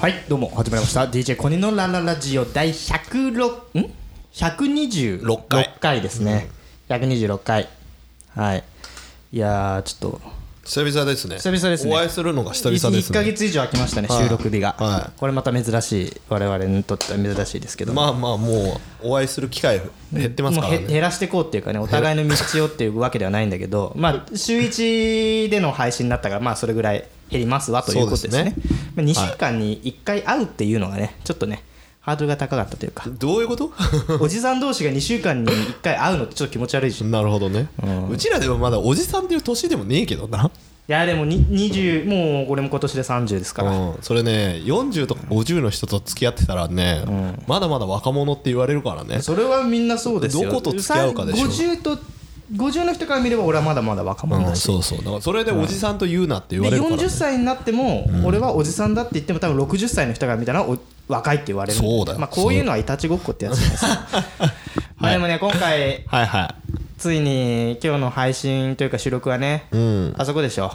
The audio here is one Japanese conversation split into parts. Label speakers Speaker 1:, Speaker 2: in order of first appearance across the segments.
Speaker 1: はいどうも始まりました DJ コニのラララジオ第106ん126
Speaker 2: 回
Speaker 1: 回ですね、126回はいいやーちょっと
Speaker 2: 久々ですね
Speaker 1: 久々ですね
Speaker 2: お会いするのが久々です
Speaker 1: 1ヶ
Speaker 2: ね
Speaker 1: 月以上空きましたね、
Speaker 2: はい
Speaker 1: 収録日が、
Speaker 2: は
Speaker 1: これまた珍しい我々にとっては珍しいですけど
Speaker 2: まあまあもうお会いする機会減ってます
Speaker 1: も
Speaker 2: か
Speaker 1: う
Speaker 2: ら
Speaker 1: へ
Speaker 2: ね
Speaker 1: 減らしていこうっていうかねお互いの道をっていうわけではないんだけ どまあ週1での配信だったからまあそれぐらい減りますわということです
Speaker 2: そう
Speaker 1: ねま
Speaker 2: で
Speaker 1: あ2週間に1回会うっていうのがねちょっとねハードルが高かったというか
Speaker 2: どういうこと
Speaker 1: おじさん同士が2週間に1回会うのってちょっと気持ち悪いしい
Speaker 2: なるほどね、うちらでもまだおじさんっていう年でもねえけどな、
Speaker 1: やでもに20もうこれも今年で30ですから
Speaker 2: うん、それね40とか50の人と付き合ってたらね、まだまだ若者って言われるからね
Speaker 1: それはみんなそうですよ
Speaker 2: どこと付き合うかでしょ
Speaker 1: 50と50の人から見れば俺はまだまだ若者
Speaker 2: う
Speaker 1: だ
Speaker 2: ん、
Speaker 1: し、
Speaker 2: そうそうだからそれでおじさんと言うなって言われ
Speaker 1: で
Speaker 2: るから、ね
Speaker 1: 40歳になっても、俺はおじさんだって言っても多分60歳の人が見たらお若いって言われるん
Speaker 2: そうだよ
Speaker 1: まあ、こういうのはいたちごっこってやつじゃないですか まあでもね今回
Speaker 2: はいは
Speaker 1: ついに今日の配信というか収録はね、
Speaker 2: いうん
Speaker 1: あそこでしょ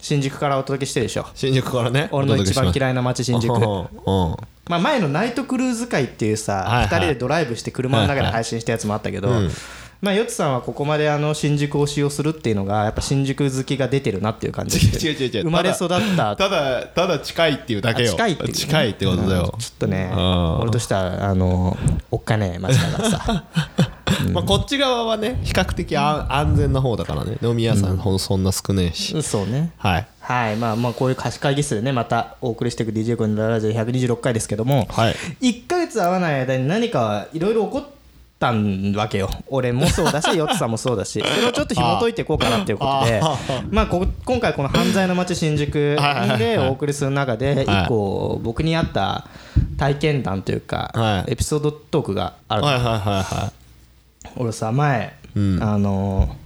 Speaker 1: 新宿からお届けしてるでしょ
Speaker 2: 新宿からね
Speaker 1: 俺の一番
Speaker 2: い
Speaker 1: 嫌いな街新宿
Speaker 2: うん、うん
Speaker 1: まあ、前のナイトクルーズ会っていうさ、
Speaker 2: はいはい
Speaker 1: 2人でドライブして車の中で配信したやつもあったけど、まあ、ヨッツさんはここまであの新宿推しをするっていうのがやっぱ新宿好きが出てるなっていう感じで
Speaker 2: 違う違う違う違う
Speaker 1: 生まれ育った
Speaker 2: ただただ近いっていうだけよ
Speaker 1: あ近いっていうね
Speaker 2: 近いってことだよ、
Speaker 1: ちょっとね
Speaker 2: うん
Speaker 1: 俺としてはあのおっかねえ街だから さ
Speaker 2: まあ、こっち側はね比較的あ安全な方だからね飲み屋さんほんそんな少ねえし、
Speaker 1: そうね
Speaker 2: はい
Speaker 1: はいまあまあこういう貸し会議室でねまたお送りしていく DJ 君のララジオ126回ですけども、
Speaker 2: はい
Speaker 1: 1ヶ月会わない間に何かいろいろ起こったわけよ俺もそう だしヨッツさんもそうだしそれをちょっと紐解いていこうかなっていうことで
Speaker 2: あ
Speaker 1: まあこ今回この「犯罪の街新宿
Speaker 2: はいはい」はい
Speaker 1: でお送りする中で
Speaker 2: はい
Speaker 1: 一個僕にあった体験談というか
Speaker 2: はい
Speaker 1: エピソードトークがある
Speaker 2: はいはいはいは
Speaker 1: 俺さ前
Speaker 2: うん
Speaker 1: あの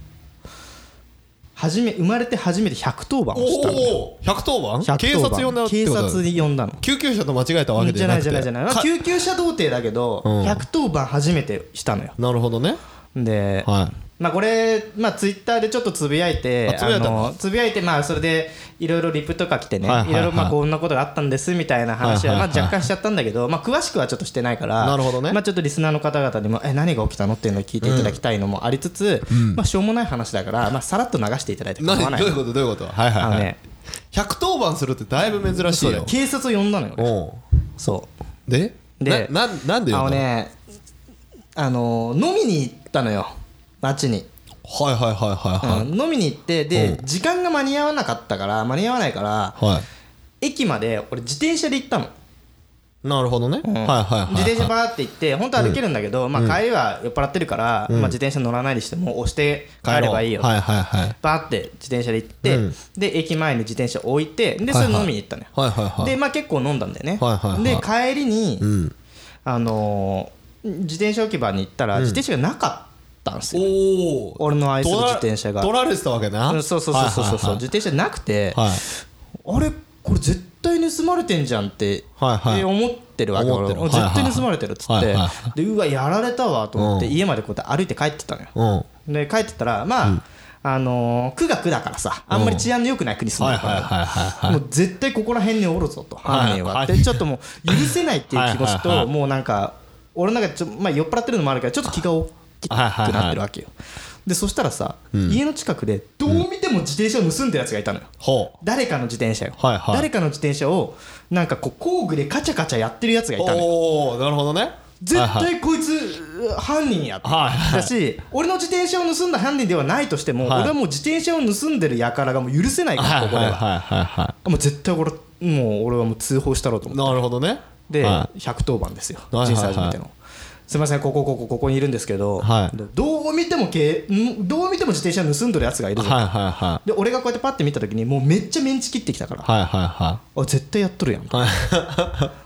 Speaker 1: 初め生まれて初めて110番をしたの
Speaker 2: いおお110番
Speaker 1: 110
Speaker 2: 警察呼んだって
Speaker 1: 警
Speaker 2: ことだ
Speaker 1: 察に呼んだの
Speaker 2: 救急車と間違えたわけ
Speaker 1: じ
Speaker 2: じ
Speaker 1: ゃ
Speaker 2: ゃ
Speaker 1: な
Speaker 2: ないく
Speaker 1: じ
Speaker 2: て
Speaker 1: ゃないじゃないまあ
Speaker 2: か
Speaker 1: 救急車童貞だけど
Speaker 2: うん
Speaker 1: 110番初めてしたのよ
Speaker 2: なるほどね
Speaker 1: で
Speaker 2: は
Speaker 1: まあこれまあツイッターでちょっとつぶやいて
Speaker 2: あつぶやいたの
Speaker 1: あのつぶやいてまあそれでいろいろリプとか来てね
Speaker 2: はいはいはい
Speaker 1: いろいろまあこんなことがあったんですみたいな話は
Speaker 2: はい
Speaker 1: ま
Speaker 2: は
Speaker 1: あ
Speaker 2: いはい
Speaker 1: 若干しちゃったんだけどまあ詳しくはちょっとしてないから
Speaker 2: なるほどね
Speaker 1: まあちょっとリスナーの方々にもえ何が起きたのっていうのを聞いていただきたいのもありつつまあしょうもない話だからまあさらっと流していただいて
Speaker 2: い
Speaker 1: 構わ
Speaker 2: 何
Speaker 1: ない
Speaker 2: どういうことどういうことはい
Speaker 1: あ
Speaker 2: は
Speaker 1: の
Speaker 2: いはい
Speaker 1: ね
Speaker 2: 110番するってだいぶ珍し
Speaker 1: そう
Speaker 2: い
Speaker 1: だよ
Speaker 2: よ
Speaker 1: 警察を呼んだのよ俺
Speaker 2: おう
Speaker 1: そう
Speaker 2: で
Speaker 1: で
Speaker 2: ななんなんで
Speaker 1: あ
Speaker 2: 呼
Speaker 1: の
Speaker 2: んだの
Speaker 1: ねあの飲みに行ったのよ街に、
Speaker 2: はいはいはいはいは
Speaker 1: う
Speaker 2: い
Speaker 1: ん飲みに行ってで
Speaker 2: うん
Speaker 1: 時間が間に合わなかったから間に合わないから
Speaker 2: はい
Speaker 1: 駅まで俺自転車で行ったの、
Speaker 2: なるほどねはいはいはい
Speaker 1: 自転車
Speaker 2: はい
Speaker 1: バーって行って本当は歩けるんだけど、まあ、帰りは酔っ払ってるから、まあ、自転車乗らないにしても押して帰ればいいよ、
Speaker 2: はいはいはい
Speaker 1: バーって自転車で行って、
Speaker 2: うん
Speaker 1: で駅前に自転車置いてでそれ飲みに行ったのよ、
Speaker 2: はいはいはい
Speaker 1: でまあ結構飲んだんだよね、
Speaker 2: はいはいは
Speaker 1: で帰りに、
Speaker 2: うん
Speaker 1: あのー自転車置き場に行ったら自転車がなかったんですよ、
Speaker 2: おお
Speaker 1: 俺の愛する自転車が
Speaker 2: 取られてたわけな
Speaker 1: うんそうそうそうそうそうそう、自転車なくて、
Speaker 2: はい
Speaker 1: あれこれ絶対盗まれてんじゃんって、
Speaker 2: はいはい
Speaker 1: で思ってるわけ
Speaker 2: 思ってる
Speaker 1: 俺
Speaker 2: はいはい
Speaker 1: 絶対盗まれてるっつって、
Speaker 2: はいはいは
Speaker 1: でうわやられたわと思って、
Speaker 2: うん
Speaker 1: 家までこうやって歩いて帰ってたのよ
Speaker 2: うん
Speaker 1: で帰ってたらまあ、あのー、区が区だからさあんまり治安の良くない国住ん
Speaker 2: は
Speaker 1: で
Speaker 2: いはい
Speaker 1: るから、
Speaker 2: はいはいはい
Speaker 1: もう絶対ここら辺におるぞと
Speaker 2: はい
Speaker 1: 犯人は
Speaker 2: は
Speaker 1: っ
Speaker 2: い
Speaker 1: てちょっともう許せないっていう気持ち
Speaker 2: はいはい
Speaker 1: と
Speaker 2: は
Speaker 1: もうなんか俺の中でちょ、まあ、酔っ払ってるのもあるからちょっと気が大きくなってるわけよでそしたらさ家の近くでどう見ても自転車を盗んでるやつがいたのよ
Speaker 2: ほう
Speaker 1: 誰かの自転車よ
Speaker 2: はいはい
Speaker 1: 誰かの自転車をなんかこう工具でカチャカチャやってるやつがいたのよ
Speaker 2: おおなるほどね
Speaker 1: 絶
Speaker 2: はいはい
Speaker 1: 対こいつ犯人やって
Speaker 2: はいはい
Speaker 1: だし俺の自転車を盗んだ犯人ではないとしても
Speaker 2: はい
Speaker 1: 俺はもう自転車を盗んでる輩がもう許せないから
Speaker 2: はい
Speaker 1: ここで
Speaker 2: はい
Speaker 1: は
Speaker 2: はいはいは
Speaker 1: もう絶対これもう俺はもう通報したろうと思
Speaker 2: い
Speaker 1: って
Speaker 2: なるほどね
Speaker 1: で、
Speaker 2: は
Speaker 1: 110番ですよ
Speaker 2: はい
Speaker 1: 人生初めての。すみませんここここここにいるんですけど、
Speaker 2: はい
Speaker 1: でどう見てもけんどう見ても自転車盗んどるやつがい
Speaker 2: い
Speaker 1: るぞ、
Speaker 2: はいはいは
Speaker 1: で俺がこうやってパッて見た時にもうめっちゃメンチ切ってきたから、
Speaker 2: いはいはいは
Speaker 1: あ絶対やっとるやん、
Speaker 2: いはい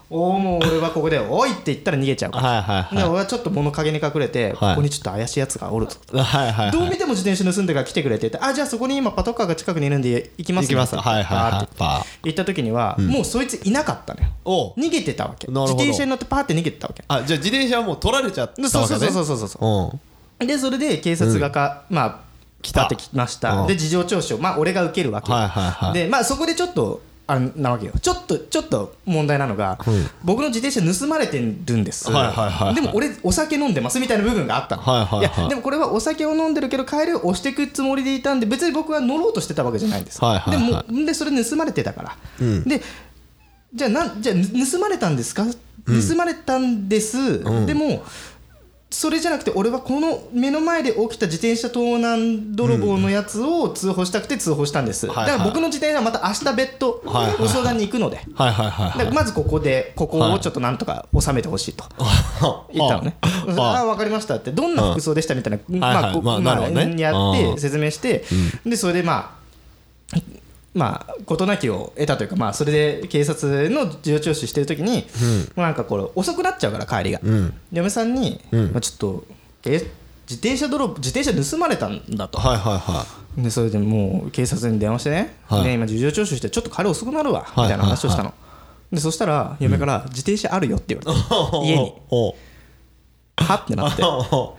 Speaker 1: おおもう俺はここで「おい!」って言ったら逃げちゃうから、
Speaker 2: はいはいはい
Speaker 1: で俺はちょっと物陰に隠れて、
Speaker 2: は
Speaker 1: こ
Speaker 2: い
Speaker 1: こにちょっと怪しいやつがおるぞ
Speaker 2: はいはい
Speaker 1: どう見ても自転車盗んでから来てくれててあじゃあそこに今パトカーが近くにいるんで行きます
Speaker 2: 行きます
Speaker 1: って
Speaker 2: はいはい
Speaker 1: バー
Speaker 2: は
Speaker 1: って
Speaker 2: いパー
Speaker 1: 行った時には、もうそいついなかったのよ
Speaker 2: おう
Speaker 1: 逃げてたわけ
Speaker 2: なる
Speaker 1: 自
Speaker 2: ほど
Speaker 1: 転車に乗ってパーって逃げてたわけ
Speaker 2: あじゃあ自転車はもう取られちゃったわけね
Speaker 1: そうそうそうそうそうそう
Speaker 2: うん
Speaker 1: でそれで警察がか、まあ来
Speaker 2: た
Speaker 1: てきました、
Speaker 2: うん
Speaker 1: で事情聴取をまあ俺が受けるわけ、
Speaker 2: はいはいはい
Speaker 1: でまあそこでちょっとあれなわけよちょっとちょっと問題なのが、僕の自転車盗まれてるんです、
Speaker 2: はいはいはいはい
Speaker 1: でも俺お酒飲んでますみたいな部分があったの、
Speaker 2: はいはいはい
Speaker 1: やでもこれはお酒を飲んでるけど帰りを押していくつもりでいたんで別に僕は乗ろうとしてたわけじゃないんです、
Speaker 2: はいはいはい
Speaker 1: でもでそれ盗まれてたから、でじゃあなんじゃあ盗まれたんですか盗まれたんです、でもそれじゃなくて俺はこの目の前で起きた自転車盗難泥棒のやつを通報したくて通報したんです、
Speaker 2: はいはい
Speaker 1: だから僕の自転車はまた明日別途
Speaker 2: はいはい
Speaker 1: ご相談に行くので、
Speaker 2: はいはいはい
Speaker 1: だか らまずここでここをちょっとなんとか収めてほしいと言ったのね、ああ分かりましたってどんな服装でしたみたいな、
Speaker 2: はいはい
Speaker 1: こ
Speaker 2: まあなるほどね
Speaker 1: やっ
Speaker 2: う
Speaker 1: て
Speaker 2: ん
Speaker 1: 説明して、でそれでまあまあ事なきを得たというか、まあ、それで警察の事情聴取してる時に、なんかこれ遅くなっちゃうから帰りが、嫁さんに、まあ、ちょっとえ自転車泥棒自転車盗まれたんだと、
Speaker 2: はいはいは
Speaker 1: でそれでもう警察に電話してね、
Speaker 2: はい
Speaker 1: で今事情聴取してちょっと彼遅くなるわみ
Speaker 2: い
Speaker 1: たいな話をしたの、でそしたら嫁から自転車あるよって言われて、
Speaker 2: い
Speaker 1: 家に
Speaker 2: おう
Speaker 1: はってな って
Speaker 2: お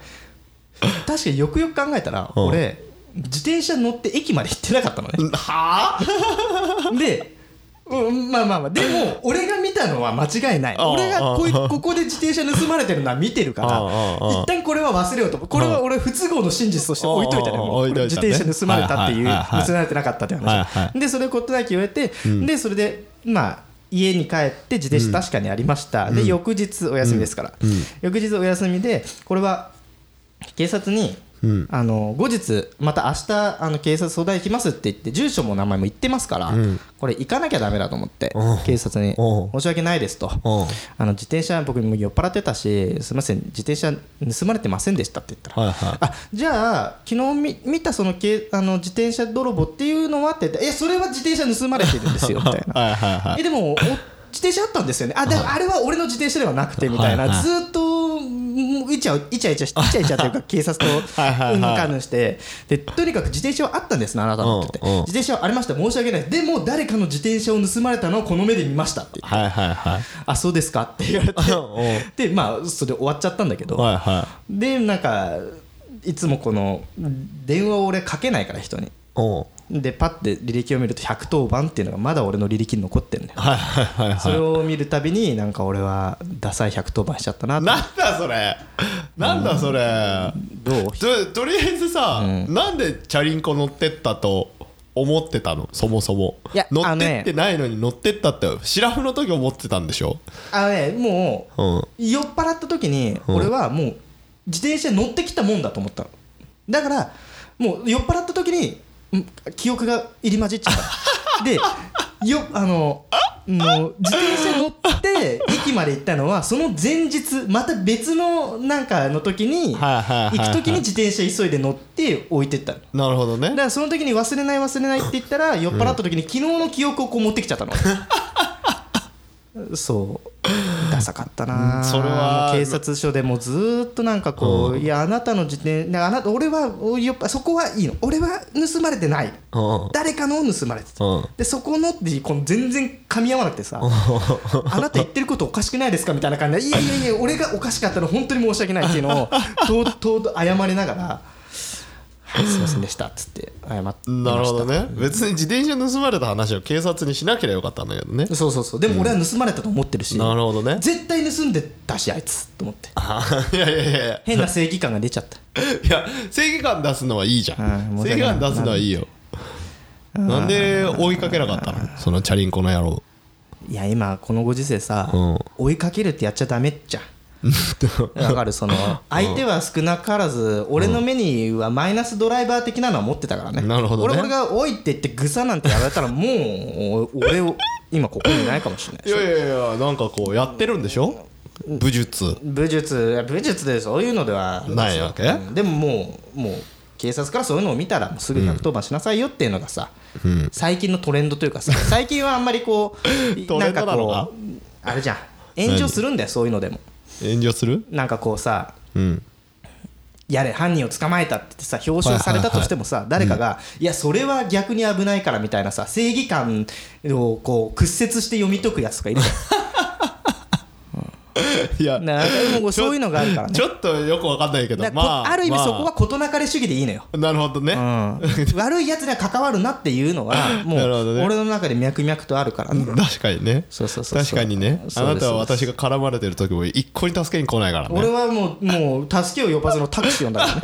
Speaker 2: う
Speaker 1: 確かによくよく考えたら
Speaker 2: うん
Speaker 1: 俺自転車乗って駅まで行ってなかったのね
Speaker 2: はあ
Speaker 1: で、うん、まあまあまあでも俺が見たのは間違いない
Speaker 2: ああ
Speaker 1: 俺がこい
Speaker 2: ああ
Speaker 1: ここで自転車盗まれてるのは見てるから
Speaker 2: ああああ
Speaker 1: 一旦これは忘れようと思うこれは俺不都合の真実として置いといたね
Speaker 2: ああああ
Speaker 1: もう
Speaker 2: 置いとい
Speaker 1: 自
Speaker 2: たね
Speaker 1: 転車盗まれたっていう
Speaker 2: はいはいはいはい
Speaker 1: 盗まれてなかったっていう
Speaker 2: はいは
Speaker 1: 話でそれを事なきを得てでそれでまあ家に帰って自転車確かにありましたで翌日お休みですから翌日お休みでこれは警察に、
Speaker 2: ん
Speaker 1: あの後日また明日あの警察相談行きますって言って住所も名前も言ってますから、これ行かなきゃダメだと思って
Speaker 2: うん
Speaker 1: 警察に
Speaker 2: うん
Speaker 1: 申し訳ないですと
Speaker 2: うん
Speaker 1: あの自転車僕もう酔っ払ってたしすみません自転車盗まれてませんでしたって言ったら、
Speaker 2: はいはい
Speaker 1: あじゃあ昨日み見たそのけあの自転車泥棒っていうのはって言っていやそれは自転車盗まれてるんですよみたいな
Speaker 2: はいはいは
Speaker 1: え
Speaker 2: い
Speaker 1: でもお自転車あったんですよねあでもあれは俺の自転車ではなくてみたいな、
Speaker 2: はいはい
Speaker 1: ずーっとんイチャイチャイチャしイチャイチャというか警察と
Speaker 2: はいはいはい
Speaker 1: うんぬんかんぬんしてでとにかく自転車はあったんですねあなたのって言って、
Speaker 2: うんうん
Speaker 1: 自転車はありました申し訳ないでも誰かの自転車を盗まれたのをこの目で見ましたって
Speaker 2: はいはいはい
Speaker 1: あそうですかって言われてでまあそれで終わっちゃったんだけど、
Speaker 2: はいはい
Speaker 1: でなんかいつもこの電話を俺かけないから人に
Speaker 2: おう
Speaker 1: でパッて履歴を見ると110番っていうのがまだ俺の履歴に残ってるんだよ
Speaker 2: はいはいはい
Speaker 1: それ
Speaker 2: は
Speaker 1: を見るたびになんか俺はダサい110番しちゃったないと
Speaker 2: なんだそれなんだそれ
Speaker 1: どう
Speaker 2: ととりあえずさ、なんでチャリンコ乗ってったと思ってたのそもそも
Speaker 1: いや
Speaker 2: 乗
Speaker 1: あ
Speaker 2: っ
Speaker 1: の
Speaker 2: て
Speaker 1: ね
Speaker 2: ってないのに乗ってったってシラフの時思ってたんでしょ
Speaker 1: あのねもう
Speaker 2: うん
Speaker 1: 酔っ払った時に
Speaker 2: ん
Speaker 1: 俺はもう自転車に乗ってきたもんだと思ったのだからもう酔っ払った時にん記憶が入り混じっちゃった でよあのもう自転車乗って駅まで行ったのはその前日また別のなんかの時に
Speaker 2: はいはいはいは
Speaker 1: 行く
Speaker 2: い
Speaker 1: 時に自転車急いで乗って置いてったの
Speaker 2: なるほど
Speaker 1: だ
Speaker 2: ね
Speaker 1: からその時に忘れない忘れないって言ったら酔っ払った時に昨日の記憶をこう持ってきちゃったの そうダサかったな
Speaker 2: それは
Speaker 1: あの警察署でもうずーっとなんかこう、いやあなたの自転ねあなた俺はお酔っ払そこはいいの俺は盗まれてない
Speaker 2: うん
Speaker 1: 誰かのを盗まれてた、
Speaker 2: うん
Speaker 1: でそこのってこの全然噛み合わなくてさ あなた言ってることおかしくないですかみたいな感じでいやいやい や俺がおかしかったの本当に申し訳ないっていうのをとうとうと謝りながらはいすいませんでしたっつって謝ってました
Speaker 2: なるほどね別に自転車盗まれた話を警察にしなければよかったんだけどね
Speaker 1: そうそうそうでも俺は盗まれたと思ってるし、
Speaker 2: なるほどね
Speaker 1: 絶対盗んでたしあいつと思って
Speaker 2: あ いやいやいやいや
Speaker 1: 変な正義感が出ちゃった
Speaker 2: いや正義感出すのはいいじゃ
Speaker 1: う
Speaker 2: ん、
Speaker 1: ん申
Speaker 2: 正
Speaker 1: し訳
Speaker 2: 義
Speaker 1: ない
Speaker 2: 感出すのはいいよなんで追いかけなかったのそのチャリンコの野郎
Speaker 1: いや今このご時世さ、
Speaker 2: うん
Speaker 1: 追いかけるってやっちゃダメっちゃわかるその相手は少なからず俺の目にはマイナスドライバー的なのは持ってたからね
Speaker 2: なるほどね
Speaker 1: 俺俺が「おい」って言ってグサなんてやられたらもうお俺を今ここにいないかもしれない
Speaker 2: いやいやいやなんかこうやってるんでしょ武術
Speaker 1: 武術いや武術でそういうのでは
Speaker 2: ないわけ
Speaker 1: うんでももうもう警察からそういうのを見たらもうすぐ110番しなさいよっていうのがさ、最近のトレンドという かさ最近はあんまりこう
Speaker 2: トレンドなのか
Speaker 1: んかこうあれじゃん炎上するんだよそういうのでも
Speaker 2: 炎上する
Speaker 1: なんかこうさ
Speaker 2: うん
Speaker 1: やれ犯人を捕まえたって言ってさ表彰されたとしてもさ、誰かが、いやそれは逆に危ないからみたいなさ正義感をこう屈折して読み解くやつとかいるじゃん
Speaker 2: いや
Speaker 1: なでも
Speaker 2: ちょ
Speaker 1: そういうのがあるからね
Speaker 2: ちょっとよくわかんないけど
Speaker 1: だから
Speaker 2: ま
Speaker 1: こ
Speaker 2: あ
Speaker 1: ある意味
Speaker 2: ま
Speaker 1: そこは事なかれ主義でいいのよ、
Speaker 2: なるほどね、
Speaker 1: うん悪いやつには関わるなっていうの はも
Speaker 2: なるほど
Speaker 1: う
Speaker 2: ね
Speaker 1: 俺の中で脈々とあるからね
Speaker 2: 確かにね
Speaker 1: そうそうそうそう
Speaker 2: 確かにね
Speaker 1: そう
Speaker 2: あ
Speaker 1: です
Speaker 2: なたは私が絡まれてる時も一個に助けに来ないから
Speaker 1: 俺
Speaker 2: ね
Speaker 1: はもうもう助けを呼ばずのタクシー呼んだ からね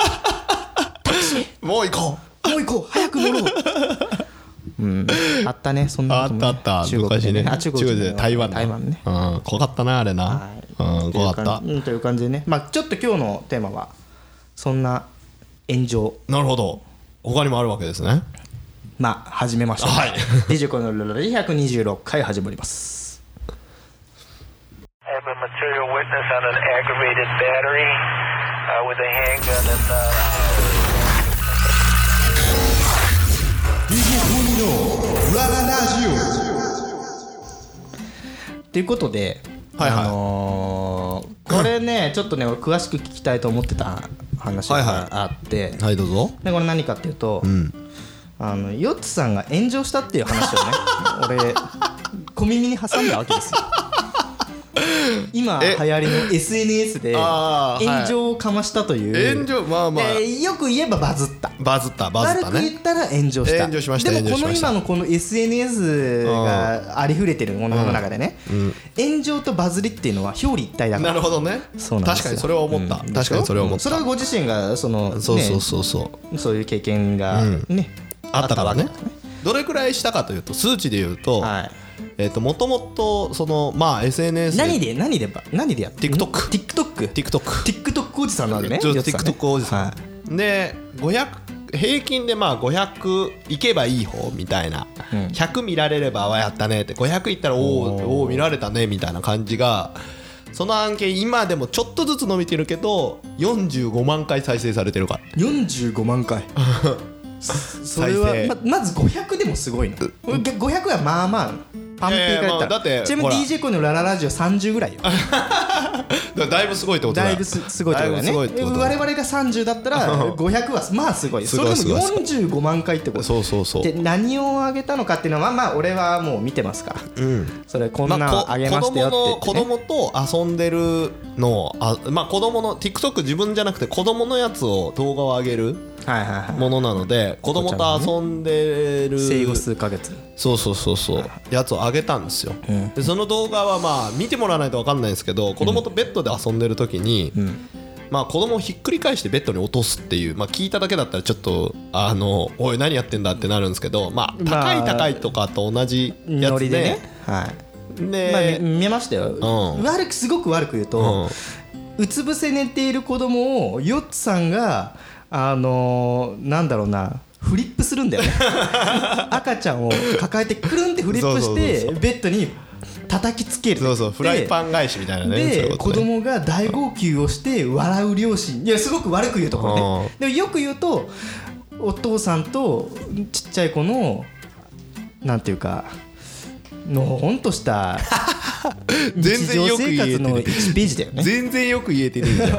Speaker 2: もう行こ
Speaker 1: もう行こう早く乗ろううんあったねそん
Speaker 2: う
Speaker 1: なこ
Speaker 2: あ
Speaker 1: と
Speaker 2: っ
Speaker 1: もね
Speaker 2: たあった
Speaker 1: 中国
Speaker 2: 昔
Speaker 1: で
Speaker 2: ね
Speaker 1: ねあ中国
Speaker 2: で台湾だ
Speaker 1: 台湾ね
Speaker 2: うん怖かったなあれな
Speaker 1: はい
Speaker 2: うん怖かった
Speaker 1: という感じうんという感じでねまあちょっと今日のテーマはそんな炎上
Speaker 2: なるほど他にもあるわけですね
Speaker 1: まあ始めましょう
Speaker 2: はい
Speaker 1: 25のルルル126回始まります
Speaker 3: I have a material witness on an aggravated battery uh, with a handgun and. Uh
Speaker 4: DJ トミのラララジオ
Speaker 1: ということで、
Speaker 2: はいは
Speaker 1: あ
Speaker 2: い
Speaker 1: のーこれ ねちょっとね俺詳しく聞きたいと思ってた話
Speaker 2: はいはい
Speaker 1: があって、
Speaker 2: はいどうぞ
Speaker 1: でこれ何かっていうと、
Speaker 2: ん
Speaker 1: あのヨッツさんが炎上したっていう話をね 俺小耳に挟んだわけですよ今流
Speaker 2: え
Speaker 1: 行りの SNS で
Speaker 2: あーはい
Speaker 1: 炎上をかましたという
Speaker 2: 炎上まあまあ
Speaker 1: でよく言えばバズった
Speaker 2: バズったバズった
Speaker 1: 悪く言
Speaker 2: ね
Speaker 1: ったら炎上した
Speaker 2: 炎上しました
Speaker 1: でもこ
Speaker 2: 炎
Speaker 1: の
Speaker 2: 上
Speaker 1: 今
Speaker 2: しました
Speaker 1: のこの SNS がありふれてるものの中でね、炎上とバズりっていうのは表裏一体だから
Speaker 2: なるほどね
Speaker 1: そう
Speaker 2: 確
Speaker 1: なんですよ
Speaker 2: かにそれは思った
Speaker 1: うん
Speaker 2: 確かにそれは思っ
Speaker 1: それ
Speaker 2: た
Speaker 1: はご自身がその
Speaker 2: そうそうそうそう
Speaker 1: ね、そういう経験が
Speaker 2: うん
Speaker 1: ね、
Speaker 2: あったからね
Speaker 1: あっ
Speaker 2: どれくらいしたかというと数値でいうと,、
Speaker 1: たわけはい
Speaker 2: えー、ともともとそのまあ SNS
Speaker 1: 何
Speaker 2: で
Speaker 1: で何でば何でやって
Speaker 2: TikTok
Speaker 1: TikTok
Speaker 2: TikTok
Speaker 1: TikTok おじさんなわけね
Speaker 2: ちょっと
Speaker 1: ヨッツさんね
Speaker 2: TikTok おじさん
Speaker 1: はい
Speaker 2: で500平均でまあ500いけばいい方みたいな、
Speaker 1: うん
Speaker 2: 100見られればわやったねって500いったらおーおー見られたねみたいな感じがその案件今でもちょっとずつ伸びてるけど45万回再生されてるから
Speaker 1: 45万回 それは
Speaker 2: 再生
Speaker 1: ままず500でもすごいの500はまあまあパンピーから言った
Speaker 2: いやいやまあだ
Speaker 1: ら、
Speaker 2: って
Speaker 1: ちなみに
Speaker 2: ほら
Speaker 1: DJ コイのラララジオ30ぐらいよ
Speaker 2: だだいぶすごいってことだ
Speaker 1: だ
Speaker 2: よ
Speaker 1: いぶすすごいってことだ
Speaker 2: だいぶすごい
Speaker 1: よ
Speaker 2: っ
Speaker 1: ね
Speaker 2: てことだ
Speaker 1: 我々が30だったら500はまあすごい
Speaker 2: す
Speaker 1: そ
Speaker 2: ご
Speaker 1: れ
Speaker 2: い
Speaker 1: でも45万回ってこと
Speaker 2: そうそうそう
Speaker 1: で何をあげたのかっていうのはまあ俺はもう見てますから
Speaker 2: うん
Speaker 1: それこんな
Speaker 2: ま
Speaker 1: の
Speaker 2: こ
Speaker 1: あげましたよって言って
Speaker 2: 子
Speaker 1: ね
Speaker 2: 供の子供と遊んでるのをあまあ子供の TikTok 自分じゃなくて子供のやつを動画を上げる
Speaker 1: はいはいはい
Speaker 2: ものなので子供と遊んでる
Speaker 1: 生後数ヶ月
Speaker 2: そうそうそうそうやつを上げたんですよ
Speaker 1: うん
Speaker 2: でその動画はまあ見てもらわないと分かんないんですけど子供とベッドで遊んでる時に
Speaker 1: うん
Speaker 2: まあ子供をひっくり返してベッドに落とすっていうまあ聞いただけだったらちょっとあのおい何やってんだってなるんですけどまあ
Speaker 1: ま
Speaker 2: 高
Speaker 1: あ
Speaker 2: い高いとかと同じや
Speaker 1: ノ
Speaker 2: つ
Speaker 1: リでねはい
Speaker 2: で
Speaker 1: まあ、見見えましたよ、
Speaker 2: うん
Speaker 1: 悪くすごく悪く言うと、うつ伏せ寝ている子供をヨッツさんがあのーなんだろうなフリップするんだよ ね赤ちゃんを抱えてくるんってフリップ
Speaker 2: そ
Speaker 1: し
Speaker 2: うそう
Speaker 1: て
Speaker 2: そう
Speaker 1: ベッドに叩きつける
Speaker 2: そうそうフライパン返しみたいなねそうい
Speaker 1: で
Speaker 2: うこ
Speaker 1: 子
Speaker 2: とね
Speaker 1: 供が大号泣をして笑う両親いやすごく悪く言うところねでもよく言うとお父さんとちっちゃい子のなんていうかのほんとした日
Speaker 2: 全然
Speaker 1: 常
Speaker 2: よく
Speaker 1: 生
Speaker 2: 言え
Speaker 1: 活
Speaker 2: てな
Speaker 1: の
Speaker 2: い
Speaker 1: 1ページだよね
Speaker 2: 全然よく言えてねえじゃん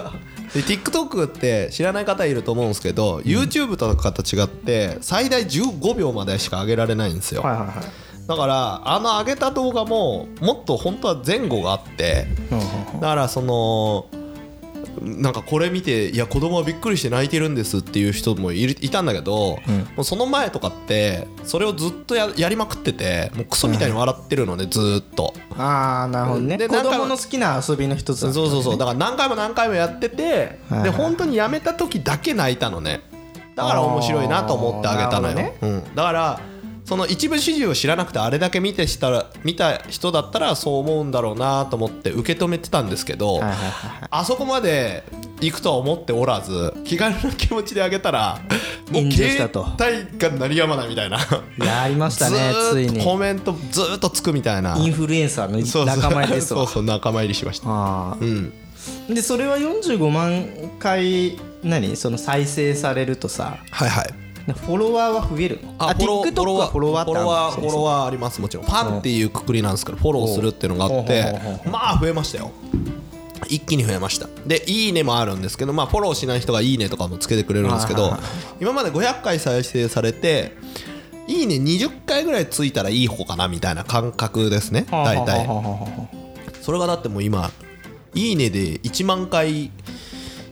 Speaker 2: で TikTok って知らない方いると思うんですけど YouTube とかと違って最大15秒までしか上げられないんですよ
Speaker 1: はいはいはい
Speaker 2: だからあの上げた動画ももっと本当は前後があって
Speaker 1: うんうんうん
Speaker 2: だからそのなんかこれ見ていや子供はびっくりして泣いてるんですっていう人もいるいたんだけど、
Speaker 1: ん
Speaker 2: もうその前とかってそれをずっとややりまくっててもうクソみたいに笑ってるのねずーっと。
Speaker 1: ああなるほどね
Speaker 2: で
Speaker 1: 子
Speaker 2: なんか
Speaker 1: 供の好きな遊びの一つ
Speaker 2: そうそうそうだから何回も何回もやってて
Speaker 1: はいはい
Speaker 2: で本当にやめた時だけ泣いたのねだから面白いなと思ってあげたのよ、
Speaker 1: あーなる
Speaker 2: うんだからその一部始終を知らなくてあれだけ見てしたら見た人だったらそう思うんだろうなと思って受け止めてたんですけど、
Speaker 1: はいはいはいはい
Speaker 2: あそこまで行くとは思っておらず気軽な気持ちであげたらもう
Speaker 1: 炎上し
Speaker 2: 携
Speaker 1: たと
Speaker 2: 帯が鳴りやまないみたいな
Speaker 1: やりま し
Speaker 2: ず
Speaker 1: たねつい
Speaker 2: ーっとコ
Speaker 1: に
Speaker 2: メントずーっとつくみたいな
Speaker 1: インフルエンサー
Speaker 2: そうそ
Speaker 1: の
Speaker 2: う
Speaker 1: 仲間入りです
Speaker 2: そ
Speaker 1: わ
Speaker 2: うそう仲間入りしました
Speaker 1: ああ
Speaker 2: うん
Speaker 1: でそれは45万回何その再生されるとさ
Speaker 2: はいはい
Speaker 1: フォロワーは増えるの
Speaker 2: あフォロー
Speaker 1: TikTok はフォロワー
Speaker 2: フ
Speaker 1: ってある
Speaker 2: ォロワ
Speaker 1: の
Speaker 2: ー
Speaker 1: そ
Speaker 2: フ
Speaker 1: も
Speaker 2: ォ
Speaker 1: そ
Speaker 2: ロ
Speaker 1: も
Speaker 2: ワーありますもちろんファンっていうくくりなんですけどフォローするっていうのがあっ
Speaker 1: ほう
Speaker 2: て
Speaker 1: ほうほうほ
Speaker 2: まあ増えましたよ一気に増えましたで「いいね」もあるんですけどまあフォローしない人が「いいね」とかもつけてくれるんですけ
Speaker 1: はい
Speaker 2: ど
Speaker 1: はい
Speaker 2: 今まで500回再生されて「いいね」20回ぐらいついたらいい方かなみたいな感覚ですね
Speaker 1: はあはあ
Speaker 2: 大
Speaker 1: はあ
Speaker 2: 体
Speaker 1: はあはあ
Speaker 2: それがだってもう今いいね」で1万回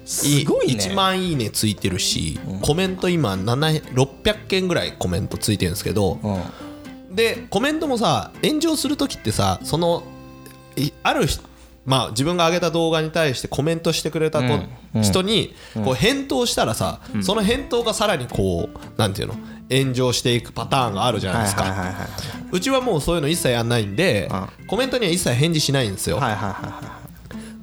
Speaker 1: すごいね
Speaker 2: 1万いいねついてるし、コメント今700 600件ぐらいコメントついてるんですけど、
Speaker 1: うん
Speaker 2: でコメントもさ炎上する時ってさそのいあるひまあ自分が上げた動画に対してコメントしてくれたこ人にこう返答したらさ、その返答がさらにこうなんていうの炎上していくパターンがあるじゃないですか、
Speaker 1: はいはいはいはいう
Speaker 2: ちはもうそういうの一切やんないんで、コメントには一切返事しないんですよ、
Speaker 1: はいはいは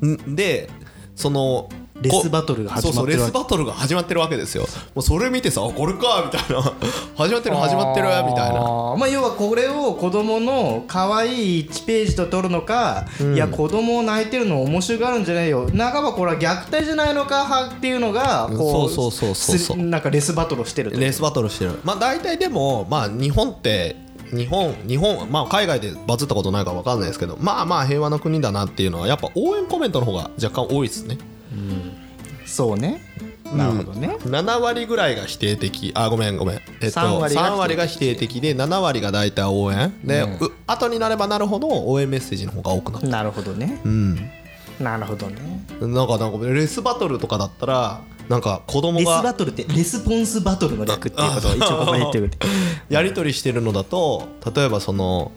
Speaker 1: いは
Speaker 2: んでその
Speaker 1: レス
Speaker 2: こ
Speaker 1: バトルが始まってるわけ
Speaker 2: そうそうレスバトルが始まってるわけですよもうそれ見てさあこれかみたいな 始まってる
Speaker 1: い
Speaker 2: 始まってるみたいな
Speaker 1: あーまあ要はこれを子供の可愛い1ページと撮るのか、いや子供を泣いてるの面白がるんじゃないよ半ばこれは虐待じゃないのか派っていうのがこ
Speaker 2: うんそうそうそうそうそう
Speaker 1: すなんかレスバトルをしてるという
Speaker 2: レースバトルしてるまあ大体でもまあ日本って日本日本まあ海外でバズったことないから分かんないですけどまあまあ平和な国だなっていうのはやっぱ応援コメントの方が若干多いですね
Speaker 1: そうねなるほどね、
Speaker 2: 7割ぐらいが否定的あごめんごめん、えっと、
Speaker 1: 3
Speaker 2: 3,
Speaker 1: 割
Speaker 2: 割
Speaker 1: が否定的
Speaker 2: が否定的で7割が大体応援で、う後になればなるほど応援メッセージの方が多くなる
Speaker 1: なるほどね
Speaker 2: うん
Speaker 1: なるほどね
Speaker 2: なんかなんかレスバトルとかだったらなんか子供
Speaker 1: レスバ
Speaker 2: が
Speaker 1: トルってレスポンスバトルの略っていう ことを一応ここで言ってくれて
Speaker 2: やり取りしてるのだと例えばその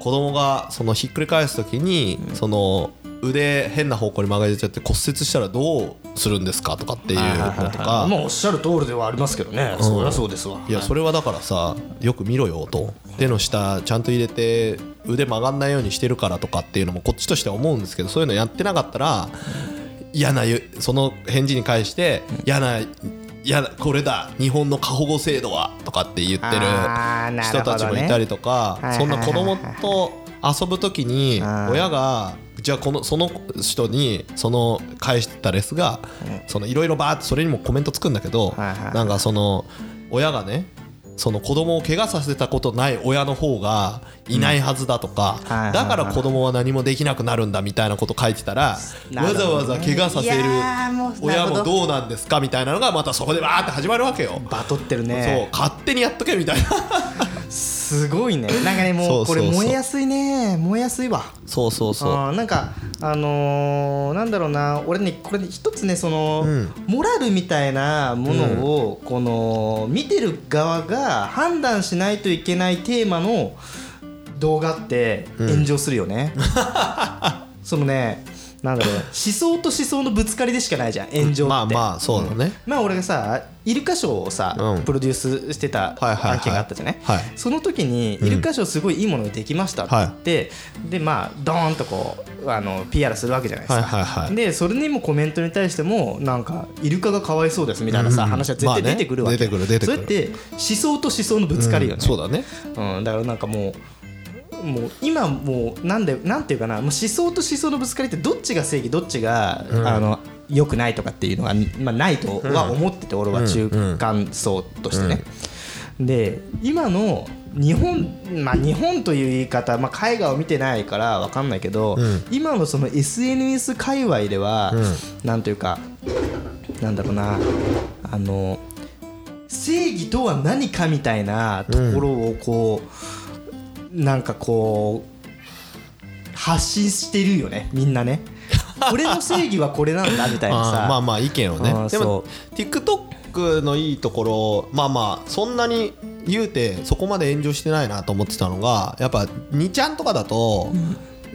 Speaker 2: 子供がそのひっくり返す時にその腕変な方向に曲げちゃって骨折したらどうするんですかとかっていうのとか
Speaker 1: まあおっしゃる通りではありますけどね、そりゃそうですわ
Speaker 2: いやそれはだからさよく見ろよと手の下ちゃんと入れて腕曲がんないようにしてるからとかっていうのもこっちとしては思うんですけどそういうのやってなかったら嫌なゆその返事に返して嫌な嫌なこれだ日本の過保護制度はとかって言ってる
Speaker 1: あーなる
Speaker 2: 人
Speaker 1: ほどね
Speaker 2: たちもいたりとか
Speaker 1: いはいはいはい
Speaker 2: そんな子供と遊ぶ時に親がじゃあこのその人にその返したレスがそのいろいろバーってそれにもコメントつくんだけど
Speaker 1: はいはい
Speaker 2: なんかその親がねその子供を怪我させたことない親の方がいないはずだとか、
Speaker 1: はいはいはい
Speaker 2: だから子供は何もできなくなるんだみたいなこと書いてたら、
Speaker 1: なる
Speaker 2: わ
Speaker 1: ほど
Speaker 2: ざ
Speaker 1: ね
Speaker 2: わざ怪我させる
Speaker 1: いやーもうな
Speaker 2: 親
Speaker 1: るほど
Speaker 2: もどうなんですかみたいなのがまたそこでわーって始まるわけよ。
Speaker 1: バトってるね
Speaker 2: そう勝手にやっとけみたいな
Speaker 1: すごいねなんかねも
Speaker 2: そう
Speaker 1: こ
Speaker 2: うそうそ
Speaker 1: れ
Speaker 2: う
Speaker 1: 燃えやすいね燃えやすいわ
Speaker 2: そうそうそう
Speaker 1: あーなんかあのーなんだろうな俺ねこれね一つねその、
Speaker 2: ん
Speaker 1: モラルみたいなものを、この見てる側が判断しないといけないテーマの動画って炎上するよ ね、そのねなんだろう思想と思想のぶつかりでしかないじゃん炎上って、
Speaker 2: まあまあそうだね、
Speaker 1: まあ俺がさイルカショーをさ、
Speaker 2: うん
Speaker 1: プロデュースしてた
Speaker 2: いはいはい
Speaker 1: 案件があったじゃない,、
Speaker 2: はい
Speaker 1: その時にイルカショーすごいいいものができましたって言って、でまあドーンとこうあの PR するわけじゃないですか、
Speaker 2: はいはいはい
Speaker 1: でそれにもコメントに対してもなんかイルカがかわいそうですみたいなさ、
Speaker 2: うん
Speaker 1: 話は絶対
Speaker 2: まあ
Speaker 1: 出
Speaker 2: ね
Speaker 1: てくるわけ、
Speaker 2: 出てくる出てくる
Speaker 1: それって思想と思想のぶつかりよね、
Speaker 2: うんそうだね
Speaker 1: うん、だからなんかもうもう今もうなんでなんていうかなもう思想と思想のぶつかりってどっちが正義どっちが、あの良くないとかっていうのが、まあ、ないとは思ってて、俺は中間層としてね。で今の日本まあ日本という言い方、まあ、海外を見てないから分かんないけど、
Speaker 2: ん
Speaker 1: 今のその SNS 界隈では、なんというかなんだろうなあの正義とは何かみたいなところをこう、なんかこう発信してるよねみんなね俺の正義はこれなんだみたいな
Speaker 2: あ
Speaker 1: さ
Speaker 2: ーまあまあ意見をね
Speaker 1: あー
Speaker 2: でも TikTok のいいところまあまあそんなに言うてそこまで炎上してないなと思ってたのがやっぱ2ちゃんとかだと、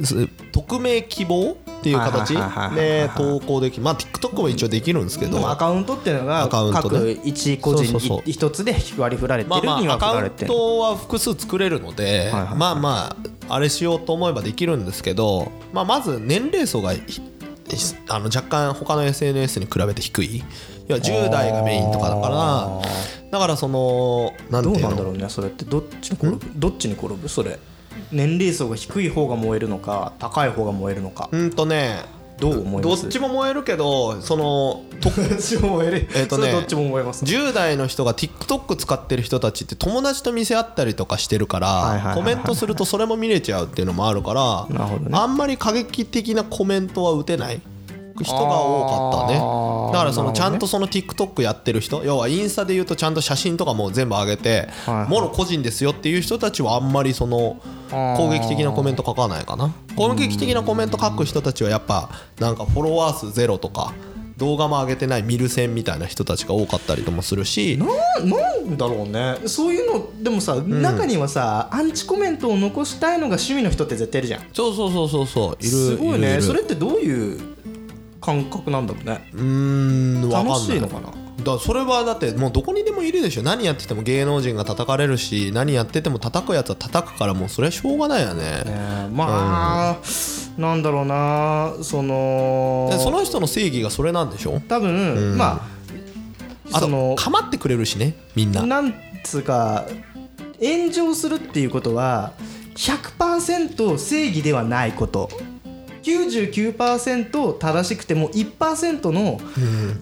Speaker 2: す匿名希望っていう形
Speaker 1: はいはいはいはい
Speaker 2: で投稿できまあ TikTok も一応できるんですけど
Speaker 1: でもアカウントっていうのが
Speaker 2: アカウント
Speaker 1: 各
Speaker 2: ね
Speaker 1: 一個人
Speaker 2: そうそうそう
Speaker 1: い一つで割り振られて
Speaker 2: まあ
Speaker 1: る
Speaker 2: ま
Speaker 1: に
Speaker 2: あア
Speaker 1: は振
Speaker 2: カ
Speaker 1: ら
Speaker 2: ウ
Speaker 1: れ
Speaker 2: ン
Speaker 1: て
Speaker 2: トは複数作れるので
Speaker 1: はいはい
Speaker 2: まあまああれしようと思えばできるんですけどまあまず年齢層がひひあの若干他の SNS に比べて低いいや10代がメインとかだからだからそのなんて
Speaker 1: どう
Speaker 2: いう
Speaker 1: なんだろ
Speaker 2: の
Speaker 1: うねそれってどっちに転ぶどっちに転ぶそれ年齢層が低い方が燃えるのか高い方が燃えるのか
Speaker 2: うんとね
Speaker 1: どう思い
Speaker 2: ど
Speaker 1: ま
Speaker 2: っ
Speaker 1: す
Speaker 2: ちも燃えるけどそのと
Speaker 1: どっちも燃える
Speaker 2: えっとね
Speaker 1: それどっちも燃えます
Speaker 2: 10代の人が TikTok 使ってる人たちって友達と見せ合ったりとかしてるか
Speaker 1: いはいはいは
Speaker 2: ら
Speaker 1: い
Speaker 2: コメントするとそれも見れちゃうっていうのもあるか
Speaker 1: なるほどね
Speaker 2: らあんまり過激的なコメントは打てない人が多か
Speaker 1: あ
Speaker 2: ったね
Speaker 1: ー
Speaker 2: だからその
Speaker 1: な
Speaker 2: ち
Speaker 1: るほ
Speaker 2: ゃ
Speaker 1: どね
Speaker 2: んとその TikTok やってる人要はインスタで言うとちゃんと写真とかも全部上げて
Speaker 1: はいはい
Speaker 2: もろ個人ですよっていう人たちはあんまりその
Speaker 1: ー
Speaker 2: 攻撃的なコメント書かないかな攻撃的なコメント書く人たちはやっぱなんかフォロワー数ゼロとか動画も上げてない見る線みたいな人たちが多かったりともするし
Speaker 1: なんなんだろうねそういうのでもさ、中にはさアンチコメントを残したいのが趣味の人って絶対いるじゃん
Speaker 2: そうそうそうそうそういる
Speaker 1: すごいね
Speaker 2: るる
Speaker 1: それってどういう感覚なんだろうね
Speaker 2: うーんわかんない
Speaker 1: 楽しいのかな
Speaker 2: だからそれはだってもうどこにでもいるでしょ何やってても芸能人が叩かれるし何やってても叩くやつは叩くからもうそれはしょうがないよね
Speaker 1: ねまあ、なんだろうなその
Speaker 2: でその人の正義がそれなんでしょ
Speaker 1: 多分、まあ
Speaker 2: あ
Speaker 1: その
Speaker 2: と構ってくれるしねみんな
Speaker 1: なんつうか炎上するっていうことは100%正義ではないこと99%正しくても1%の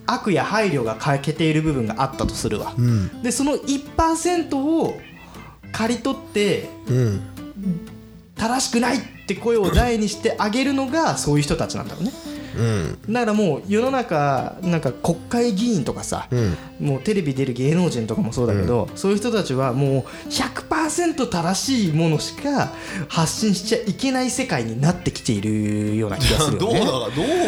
Speaker 1: 悪や配慮が欠けている部分があったとするわ、
Speaker 2: ん
Speaker 1: でその1%を刈り取って
Speaker 2: うん
Speaker 1: 正しくないって声を大にしてあげるのがそういう人たちなんだろうね
Speaker 2: うん
Speaker 1: だからもう世の中なんか国会議員とかさ、
Speaker 2: うん
Speaker 1: もうテレビ出る芸能人とかもそうだけど、そういう人たちはもう100%正しいものしか発信しちゃいけない世界になってきているような気がする よ
Speaker 2: どう
Speaker 1: ね。
Speaker 2: だ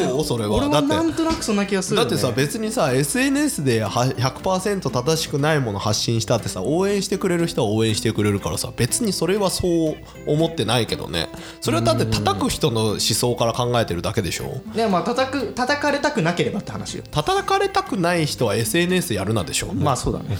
Speaker 2: どうそれ
Speaker 1: 俺
Speaker 2: はだ
Speaker 1: は
Speaker 2: って
Speaker 1: なんとなくそんな気がする
Speaker 2: だ
Speaker 1: よ、
Speaker 2: っ
Speaker 1: ね、
Speaker 2: てさ別にさ SNS では100%正しくないもの発信したってさ応援してくれる人は応援してくれるからさ別にそれはそう思ってないけどねそれはだって叩く人の思想から考えてるだけでしょ
Speaker 1: いやまあ叩く叩かれたくなければって話よ
Speaker 2: 叩かれたくない人は SNS やるなでしょ
Speaker 1: まあそうだね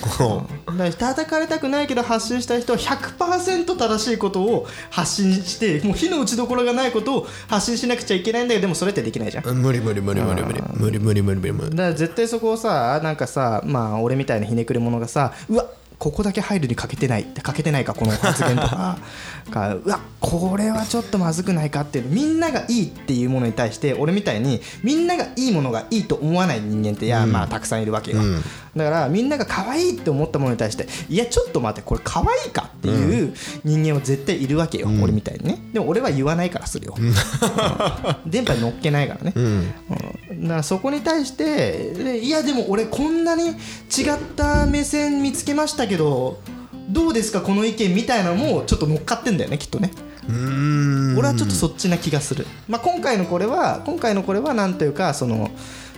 Speaker 1: うんだから叩かれたくないけど発信したい人は100%正しいことを発信してもう火の打ちどころがないことを発信しなくちゃいけないんだけどでもそれってできないじゃん
Speaker 2: 無理無理無理無理無理無理無理無理無理無理
Speaker 1: だから絶対そこをさなんかさまあ俺みたいなひねくれ者がさうわここだけ配慮に欠けてない欠けてないかこの発言と かかうわこれはちょっとまずくないかっていうみんながいいっていうものに対して俺みたいにみんながいいものがいいと思わない人間っていや、まあたくさんいるわけよ、だからみんなが可愛いって思ったものに対していやちょっと待ってこれ可愛いかっていう人間は絶対いるわけよ、俺みたいにねでも俺は言わないからするよ、 電波に乗っけないからね、うんだからそこに対してでいやでも俺こんなに違った目線見つけましたけどどうですかこの意見みたいなのもちょっと乗っかってんだよねきっとね
Speaker 2: うーん
Speaker 1: 俺はちょっとそっちな気がする、まあ、今回のこれは今回のこれはなんというかその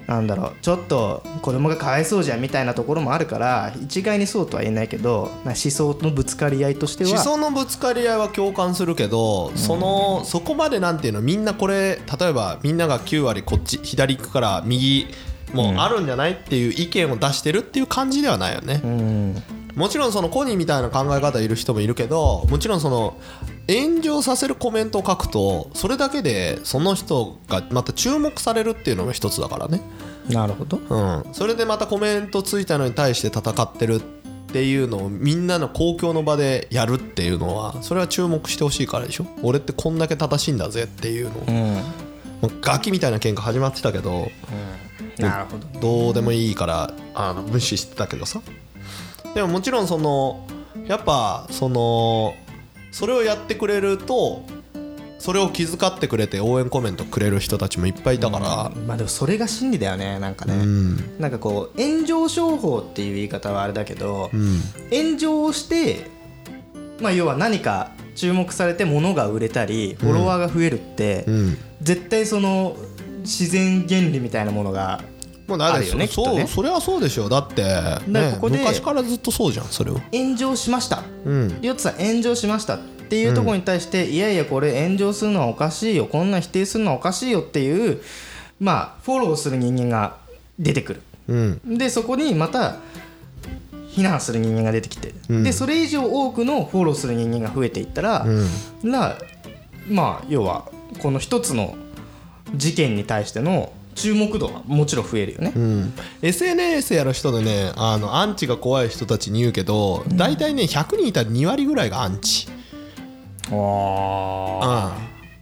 Speaker 1: なんだろうちょっと子供がかわいそうじゃんみたいなところもあるから一概にそうとは言えないけどまあ思想のぶつかり合いとしては
Speaker 2: 思想のぶつかり合いは共感するけど、そのそこまでなんていうのみんなこれ例えばみんなが9割こっち左行くから右もうあるんじゃないっていう意見を出してるっていう感じではないよね、
Speaker 1: うん
Speaker 2: もちろんそのコニーみたいな考え方いる人もいるけどもちろんその炎上させるコメントを書くとそれだけでその人がまた注目されるっていうのも一つだからね、
Speaker 1: なるほど
Speaker 2: うん、それでまたコメントついたのに対して戦ってるっていうのをみんなの公共の場でやるっていうのはそれは注目してほしいからでしょ俺ってこんだけ正しいんだぜっていうのを、
Speaker 1: うん
Speaker 2: もうガキみたいな喧嘩始まってたけど
Speaker 1: なるほど
Speaker 2: どうでもいいからあの無視してたけどさでももちろんそのやっぱそのそれをやってくれるとそれを気遣ってくれて応援コメントくれる人たちもいっぱいいたから
Speaker 1: まあでもそれが真理だよねなんかね、
Speaker 2: うん
Speaker 1: なんかこう炎上商法っていう言い方はあれだけど、
Speaker 2: うん
Speaker 1: 炎上をして、まあ、要は何か注目されて物が売れたりフォロワーが増えるって、
Speaker 2: うん
Speaker 1: 絶対その自然原理みたいなものが
Speaker 2: もう
Speaker 1: あるよね
Speaker 2: そ
Speaker 1: きっと
Speaker 2: う
Speaker 1: ね
Speaker 2: それはそうでしょだって、ね
Speaker 1: ここで
Speaker 2: 昔からずっとそうじゃんそれは
Speaker 1: 炎上しました
Speaker 2: うん
Speaker 1: ヨッツさん炎上しましたっていうところに対して、いやいやこれ炎上するのはおかしいよこんなん否定するのはおかしいよっていうまあフォローする人間が出てくる
Speaker 2: うん
Speaker 1: でそこにまた避難する人間が出てきて、
Speaker 2: ん
Speaker 1: でそれ以上多くのフォローする人間が増えていったら、なまあ要はこの一つの事件に対しての注目度はもちろん増えるよね、
Speaker 2: うん、SNS やる人でねあのアンチが怖い人たちに言うけど、大体ね100人いたら2割ぐらいがアンチ、
Speaker 1: あ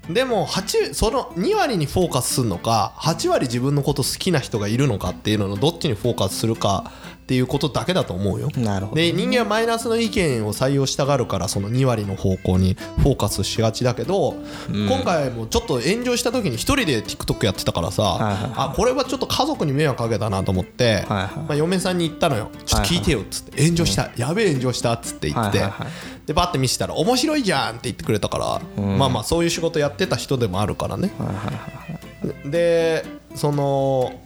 Speaker 2: うん、でも8その2割にフォーカスするのか8割自分のこと好きな人がいるのかっていうののどっちにフォーカスするかっていうことだけだと思うよ
Speaker 1: なるほど
Speaker 2: で人間はマイナスの意見を採用したがるからその2割の方向にフォーカスしがちだけど、今回もちょっと炎上した時に1人で TikTok やってたからさ、
Speaker 1: いはい
Speaker 2: あこれはちょっと家族に迷惑かけたなと思って、
Speaker 1: はいはい
Speaker 2: まあ、嫁さんに言ったのよちょっと聞いてよっつって、炎上した、やべえ炎上したっつって言って、
Speaker 1: はいはいはい
Speaker 2: でバッて見せたら面白いじゃんって言ってくれたから、まあまあそういう仕事やってた人でもあるからね、でその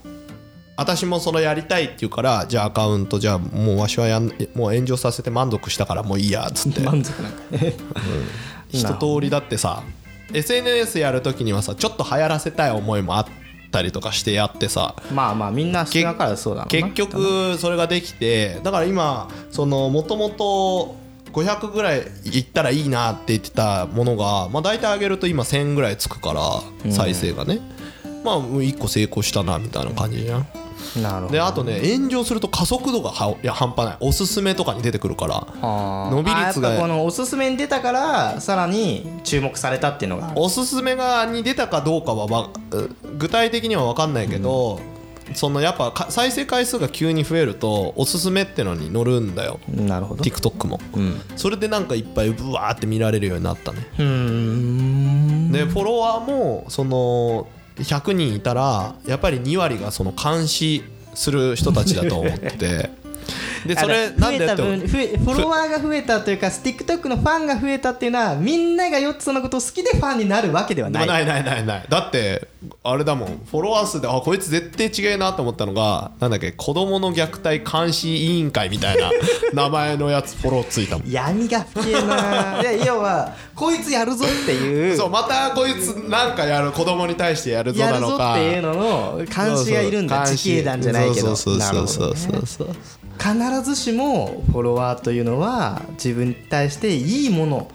Speaker 2: 私もそのやりたいって言うからじゃあアカウントじゃあもうわしはやんもう炎上させて満足したからもういいやっつって
Speaker 1: 満 足なんかね
Speaker 2: 一通りだってさ SNS やるときにはさちょっと流行らせたい思いもあったりとかしてやってさ
Speaker 1: まあまあみんな少なからずそうだろうな
Speaker 2: 結局それができてだから今そのもともと500ぐらいいったらいいなって言ってたものが、まあ、大体上げると今1000ぐらいつくから再生がね、まあ1個成功したなみたいな感じじゃん。
Speaker 1: なるほ
Speaker 2: で
Speaker 1: ど
Speaker 2: あとね炎上すると加速度がはいや半端ないおすすめとかに出てくるから
Speaker 1: あー
Speaker 2: 伸び率が
Speaker 1: あやっぱこのおすすめに出たからさらに注目されたっていうのが
Speaker 2: おすすめがに出たかどうかはわう具体的には分かんないけど、そのやっぱか再生回数が急に増えるとおすすめってのに乗るんだよ
Speaker 1: なるほど
Speaker 2: TikTok も、
Speaker 1: ん
Speaker 2: それでなんかいっぱいブワーって見られるようになったね、
Speaker 1: うーん
Speaker 2: でフォロワーもその100人いたらやっぱり2割がその監視する人たちだと思って てでそれ
Speaker 1: あの
Speaker 2: なんで
Speaker 1: 増え
Speaker 2: やったても
Speaker 1: 分増えフォロワーが増えたというか TikTok のファンが増えたっていうのはみんながヨッツさんのことを好きでファンになるわけでは
Speaker 2: な
Speaker 1: ないい
Speaker 2: ないないないないだってあれだもんフォロワー数であこいつ絶対違えなと思ったのがなんだっけ子どもの虐待監視委員会みたい な名前のやつフォローついたもん
Speaker 1: 闇が深え ないや要はこいつやるぞっていう
Speaker 2: そうまたこいつなんかやる子供に対してやるぞ
Speaker 1: や
Speaker 2: な
Speaker 1: る
Speaker 2: の
Speaker 1: ぞ
Speaker 2: か
Speaker 1: っていうのの監視がいるんだ
Speaker 2: そうそう監視
Speaker 1: 自警団じゃないけど
Speaker 2: そうそうそうそう
Speaker 1: なるほどね
Speaker 2: そうそう
Speaker 1: 必ずしもフォロワーというのは自分に対していいもの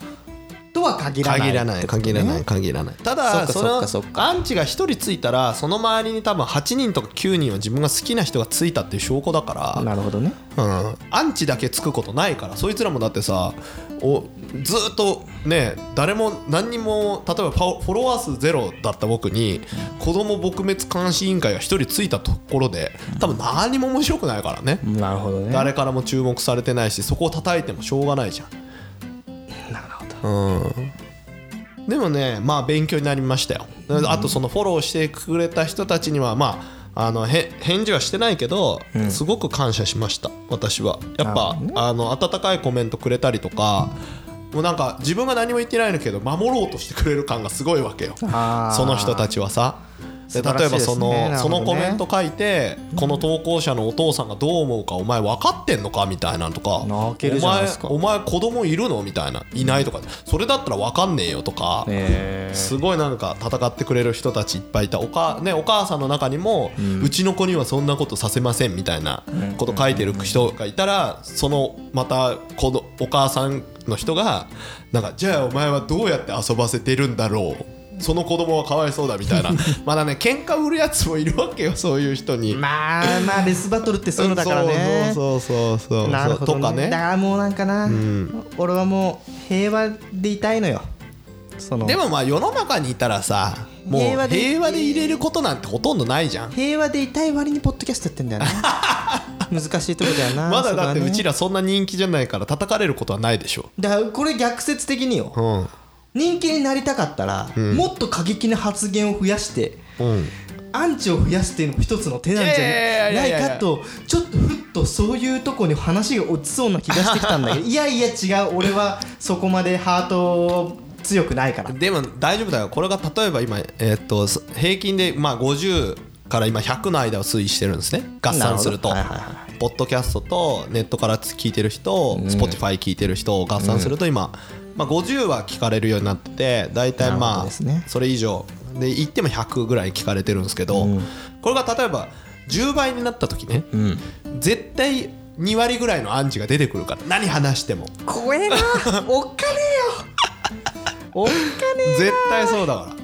Speaker 1: とは限らない
Speaker 2: 限らない限らない限らないた
Speaker 1: そっ
Speaker 2: だ
Speaker 1: か
Speaker 2: そ
Speaker 1: そっ
Speaker 2: の
Speaker 1: かそっ
Speaker 2: アンチが1人ついたらその周りに多分8人とか9人は自分が好きな人がついたっていう証拠だから
Speaker 1: なるほどね
Speaker 2: うん、アンチだけつくことないからそいつらもだってさおずーっとね誰も何にも例えばパオフォロワー数ゼロだった僕に子供撲滅監視委員会が1人ついたところで多分何も面白くないからね
Speaker 1: なるほどね
Speaker 2: 誰からも注目されてないしそこを叩いてもしょうがないじゃん
Speaker 1: なるほど
Speaker 2: うん、でもねまあ勉強になりましたよあとそのフォローしてくれた人たちにはまああのへ返事はしてないけど、すごく感謝しました私はやっぱ、あの温かいコメントくれたりとかもうなんか自分が何も言ってないんだけど守ろうとしてくれる感がすごいわけ よそ
Speaker 1: あー
Speaker 2: の人たちはさで
Speaker 1: 素晴らし
Speaker 2: 例え
Speaker 1: いで
Speaker 2: ば
Speaker 1: すね
Speaker 2: その,、
Speaker 1: なるほ
Speaker 2: そ
Speaker 1: どね
Speaker 2: のコメント書いてこの投稿者のお父さんがどう思うかお前分かってんのかみたいなのとか
Speaker 1: 泣けるじゃないですか
Speaker 2: お前お前子供いるのみたいないないとかそれだったら分かんねえよとか、
Speaker 1: え
Speaker 2: すごいなんか戦ってくれる人たちいっぱいいたおか、ね、お母さんの中にも、うちの子にはそんなことさせませんみたいなこと書いてる人がいたらそのまたこのお母さんの人がなんかじゃあお前はどうやって遊ばせてるんだろうその子供はかわいそうだみたい なまだね喧嘩売るやつもいるわけよそういう人に。
Speaker 1: まあまあレスバトルってそういうのだからね
Speaker 2: そうそうそうそうそう
Speaker 1: なるほど、
Speaker 2: と
Speaker 1: ね、
Speaker 2: かね
Speaker 1: だからもうなんかな、
Speaker 2: ん
Speaker 1: 俺はもう平和でいたいのよその
Speaker 2: でもまあ世の中にいたらさもう
Speaker 1: 平
Speaker 2: 平
Speaker 1: 和
Speaker 2: 和
Speaker 1: で
Speaker 2: でいれることなんてほとんどないじゃん
Speaker 1: 平和でいたい割にポッドキャストやってんだよ ね難しいとこだよな
Speaker 2: まだだっ
Speaker 1: そ
Speaker 2: て
Speaker 1: こはね
Speaker 2: うちらそんな人気じゃないから叩かれることはないでしょ
Speaker 1: だからこれ逆説的によ、
Speaker 2: うん
Speaker 1: 人気になりたかったら、もっと過激な発言を増やして
Speaker 2: うん
Speaker 1: アンチを増やすっていうのも一つの手なんじ
Speaker 2: いや
Speaker 1: ゃ
Speaker 2: いや
Speaker 1: ないい
Speaker 2: やいや
Speaker 1: かとちょっとふっとそういうとこに話が落ちそうな気がしてきたんだけ どいやいや違う俺はそこまでハート強くないから
Speaker 2: でも大丈夫だよこれが例えば今、えーっとす平均でまあ50から今100の間を推移してるんですね合算すると
Speaker 1: なるほどはいはいは
Speaker 2: ポッドキャストとネットから聞いてる人、Spotify 聞いてる人を合算すると今、まあ、50は聞かれるようになってて大体
Speaker 1: なるほ
Speaker 2: ま
Speaker 1: ど
Speaker 2: あ
Speaker 1: ですね
Speaker 2: それ以上で言っても100ぐらい聞かれてるんですけど、これが例えば10倍になった時ね、絶対2割ぐらいのアンチが出てくるから何話しても
Speaker 1: 怖えなおっかねえよおっかね
Speaker 2: 絶対そうだからだか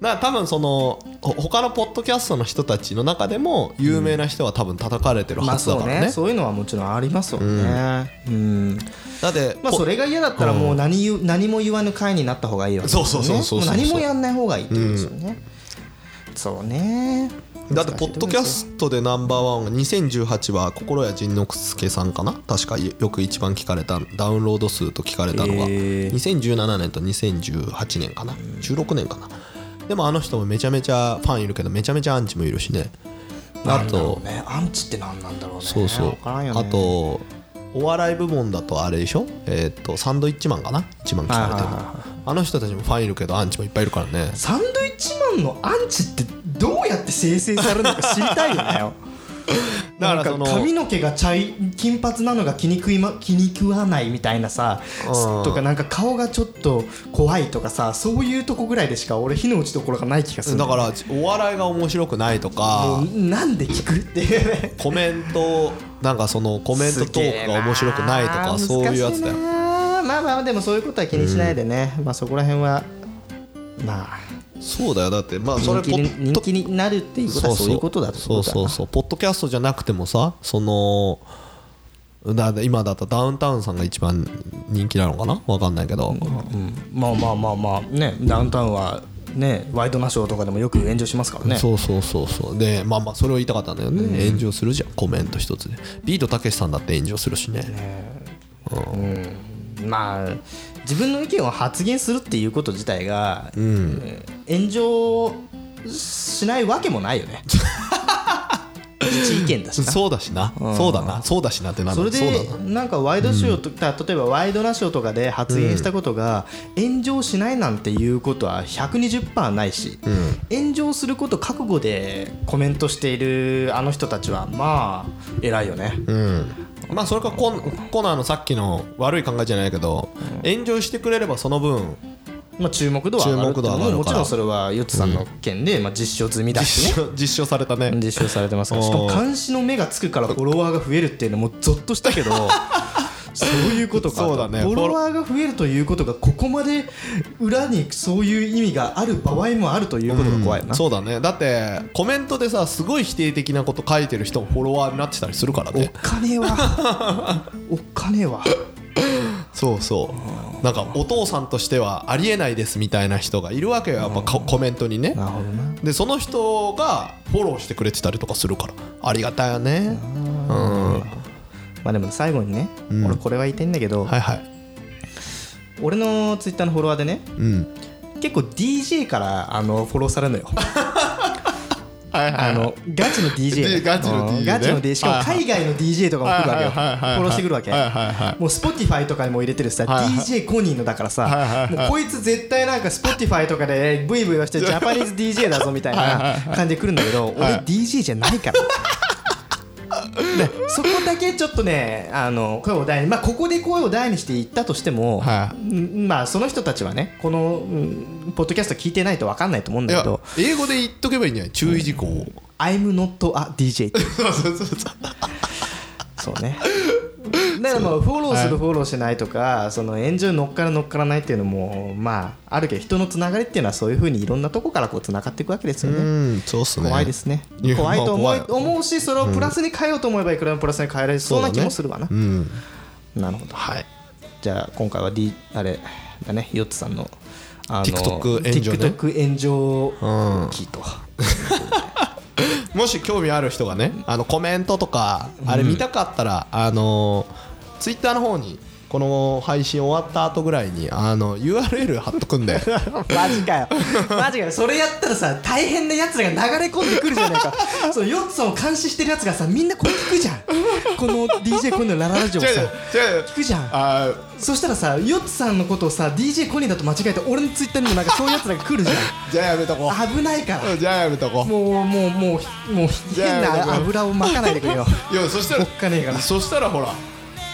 Speaker 2: ら多分そのほ他のポッドキャストの人たちの中でも有名な人は多分叩かれて る
Speaker 1: ま
Speaker 2: は
Speaker 1: あ
Speaker 2: ずだ
Speaker 1: そ
Speaker 2: か
Speaker 1: う
Speaker 2: らね,、
Speaker 1: ねそういうのはもちろんありますよねうん
Speaker 2: だって
Speaker 1: まあ
Speaker 2: こ
Speaker 1: それが嫌だったらもう何言う何も言わぬ会になった方がいいわけですよね
Speaker 2: そうそうそうそうそう
Speaker 1: もう何もやんない方がいいってことですよねそうね
Speaker 2: だってポッドキャストでナンバーワンが2018は心谷仁之助さんかな確かよく一番聞かれたダウンロード数と聞かれたのが
Speaker 1: へー
Speaker 2: 2017年と2018年かな16年かなでもあの人もめちゃめちゃファンいるけどめちゃめちゃアンチもいるしねあと
Speaker 1: ねアンチって何なんだろうね
Speaker 2: そうそう
Speaker 1: わからんよね
Speaker 2: あとお笑い部門だとあれでしょえーっとサンドイッチマンかな一番聞かれてる
Speaker 1: はいはい
Speaker 2: のあの人たちもファンいるけどアンチもいっぱいいるからね
Speaker 1: サンドイッチマンのアンチってどうやって生成されるのか知りたいよね
Speaker 2: だから
Speaker 1: なん
Speaker 2: その
Speaker 1: 髪の毛が茶い金髪なのが気に食い、ま、気に食わないみたいなさ
Speaker 2: うん
Speaker 1: とかなんか顔がちょっと怖いとかさそういうとこぐらいでしか俺火の打ちどころがない気がするん
Speaker 2: だ
Speaker 1: よ
Speaker 2: からお笑いが面白くないとか
Speaker 1: もうなんで聞くっていうね
Speaker 2: コメントなんかそのコメントトークが面白くないとか
Speaker 1: すげ
Speaker 2: そ
Speaker 1: え
Speaker 2: う
Speaker 1: な
Speaker 2: いうやつだよ
Speaker 1: 難しいなまあまあでもそういうことは気にしないでね、まあそこら辺はまあ
Speaker 2: そうだよだってまあそれ
Speaker 1: 人気に
Speaker 2: ポ
Speaker 1: 人
Speaker 2: ッ
Speaker 1: 気になるっていうことはそういうことだって
Speaker 2: そう
Speaker 1: ことだ
Speaker 2: そう
Speaker 1: な
Speaker 2: そうポッドキャストじゃなくてもさそのだ今だとダウンタウンさんが一番人気なのかなわかんないけど、
Speaker 1: まあまあまあまあねダウンタウンはねワイドナショーとかでもよく炎上しますからね
Speaker 2: そうそうそうそうでまあまあそれを言いたかったんだよね、炎上するじゃんコメント一つでビートたけしさんだって炎上するしね
Speaker 1: まあ自分の意見を発言するっていうこと自体が、うん炎上しないわけもないよ ね一意見だしな
Speaker 2: そうだしな、そうだなそうだしなってなんだ
Speaker 1: それ
Speaker 2: うだ
Speaker 1: で
Speaker 2: な
Speaker 1: なんかワイドショーとか、例えばワイドナショーとかで発言したことが炎上しないなんていうことは120%ないし、炎上すること覚悟でコメントしているあの人たちはまあ偉いよね、
Speaker 2: まあそれかココナーのさっきの悪い考えじゃないけど、炎上してくれればその分
Speaker 1: まあ、注目度は上がるっていうの
Speaker 2: 注目度は上が
Speaker 1: もも
Speaker 2: るから
Speaker 1: ちろんそれはヨッツさんの件で、まあ、実証済みだし
Speaker 2: 実
Speaker 1: ね
Speaker 2: 証 実証されたね、
Speaker 1: 実証されてますから
Speaker 2: お
Speaker 1: し
Speaker 2: ー
Speaker 1: かも監視の目がつくからフォロワーが増えるっていうのもゾッとしたけ どそういうことかと
Speaker 2: そうだね
Speaker 1: フォロワーが増えるということがここまで裏にそういう意味がある場合もあるということが怖いよな、
Speaker 2: そうだねだってコメントでさすごい否定的なこと書いてる人もフォロワーになってたりするから
Speaker 1: お
Speaker 2: ね
Speaker 1: 金は お金は
Speaker 2: そうそうなんかお父さんとしてはありえないですみたいな人がいるわけよやっぱココメントにね
Speaker 1: なるほどな
Speaker 2: でその人がフォローしてくれてたりとかするからありがたいよねうん
Speaker 1: まあでも最後にね、俺これは言いたいんだけど、
Speaker 2: はいはい
Speaker 1: 俺のツイッターのフォロワーでね
Speaker 2: うん
Speaker 1: 結構 DJ からあのフォローされるのよ
Speaker 2: はいはい
Speaker 1: あのガチの DJ ね
Speaker 2: ガチの DJ ね
Speaker 1: うんガチの DJ しかも海外の DJ とかも来るわけよフ
Speaker 2: はいはいはいはいはい
Speaker 1: ォローしてくるわけ
Speaker 2: はいはいは
Speaker 1: もう Spotify とかにも入れてるしさ
Speaker 2: はいはい
Speaker 1: DJ コニーのだから
Speaker 2: はいはい
Speaker 1: さ
Speaker 2: はい
Speaker 1: もうこいつ絶対なんか Spotify とかでブイブイはしてジャパニーズ DJ だぞみたいな感じで来るんだけど俺 DJ じゃない から。でそこだけちょっとねあの声を大に、まあ、ここで声を大にして言ったとしても、
Speaker 2: は
Speaker 1: うんまあ、その人たちはねこの、うんポッドキャスト聞いてないと分かんないと思うん
Speaker 2: い
Speaker 1: だ
Speaker 2: や
Speaker 1: けど
Speaker 2: 英語で言っとけばいいんじゃない注意事項を
Speaker 1: 「I'm not a DJ」って
Speaker 2: そうそうそうそう
Speaker 1: そうねだからまあフォローするフォローしないとかその炎上に乗っから乗っからないっていうのもまああるけど人のつながりっていうのはそういうふうにいろんなとこからこうつながっていくわけですよね
Speaker 2: うんそうっすね
Speaker 1: 怖いですね
Speaker 2: いや
Speaker 1: 怖いと思
Speaker 2: ま
Speaker 1: い
Speaker 2: あ怖い
Speaker 1: 思うしそれをプラスに変えようと思えばいくらでもプラスに変えられそうな気もするわな、
Speaker 2: うん
Speaker 1: なるほど
Speaker 2: はい
Speaker 1: じゃあ今回は、D、あれだねヨッツさんのあの
Speaker 2: TikTok 炎上ね
Speaker 1: TikTok 炎上キーと、
Speaker 2: もし興味ある人がねあのコメントとかあれ見たかったら、あのツイッターの方にこの配信終わった後ぐらいにあの URL 貼っと くんで
Speaker 1: マジかよマジかよそれやったらさ大変なやつらが流れ込んでくるじゃないかそうヨッツさんを監視してるやつがさみんなこれ聞くじゃんこの DJ コニーのラララジオをさ
Speaker 2: 違う
Speaker 1: 聞くじゃん
Speaker 2: あ
Speaker 1: そしたらさヨッツさんのことをさ DJ コニーだと間違えて俺のツイッターにもなんかそういうやつらが来るじゃ
Speaker 2: ーじゃあやめとこ
Speaker 1: ん危ないから
Speaker 2: うじゃあやめとこ
Speaker 1: もうもうもうもう変な油をまかないでくれよ
Speaker 2: ういやそした
Speaker 1: おっかねえから
Speaker 2: らそしたらほら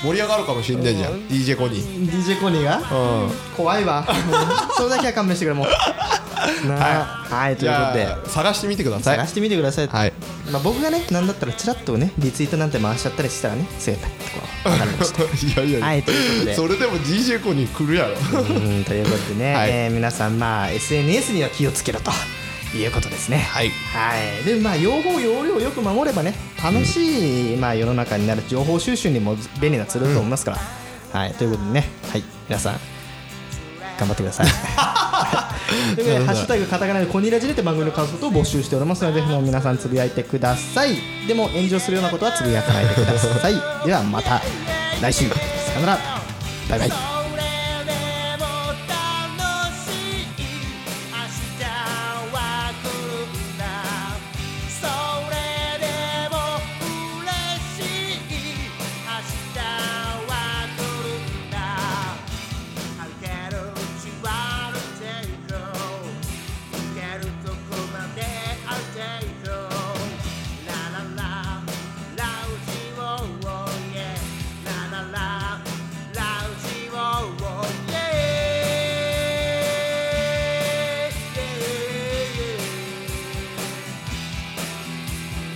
Speaker 2: 盛り上がるかもしんないじゃん DJ コニー
Speaker 1: DJ コニーが
Speaker 2: うん
Speaker 1: 怖いわもうそれだけは勘弁してくれもうなあはいと
Speaker 2: じ
Speaker 1: いうこ
Speaker 2: ゃ
Speaker 1: とで
Speaker 2: あ探してみてください
Speaker 1: 探してみてください、
Speaker 2: はい
Speaker 1: まあ、僕がねなんだったらチラッとねリツイートなんて回しちゃったりしたらねそうやってこうわかりました
Speaker 2: いやいやいや、
Speaker 1: はいということで
Speaker 2: それでも DJ コニー来るやろ
Speaker 1: うんということでね、
Speaker 2: はい
Speaker 1: えー皆さんまあ SNS には気をつけろということですね
Speaker 2: はい
Speaker 1: はいでまあ用法用量をよく守ればね楽しい、まあ、世の中になる情報収集にも便利なツールだと思いますから、 はいということでねはい皆さん頑張ってください ということでハッシュタグカタカナでコニラジで」って番組の感想と募集しておりますのでぜひとも皆さんつぶやいてくださいでも炎上するようなことはつぶやかないでくださ いではまた来週さよならバイバイ
Speaker 5: それでも楽しい明日は来るんだそれでも嬉しい明日は来るんだ歩ける縛るていこう行けるとこまで歩いていこうララララウジをおいえララララウジをおいえ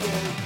Speaker 5: Yeah, yeah, yeah.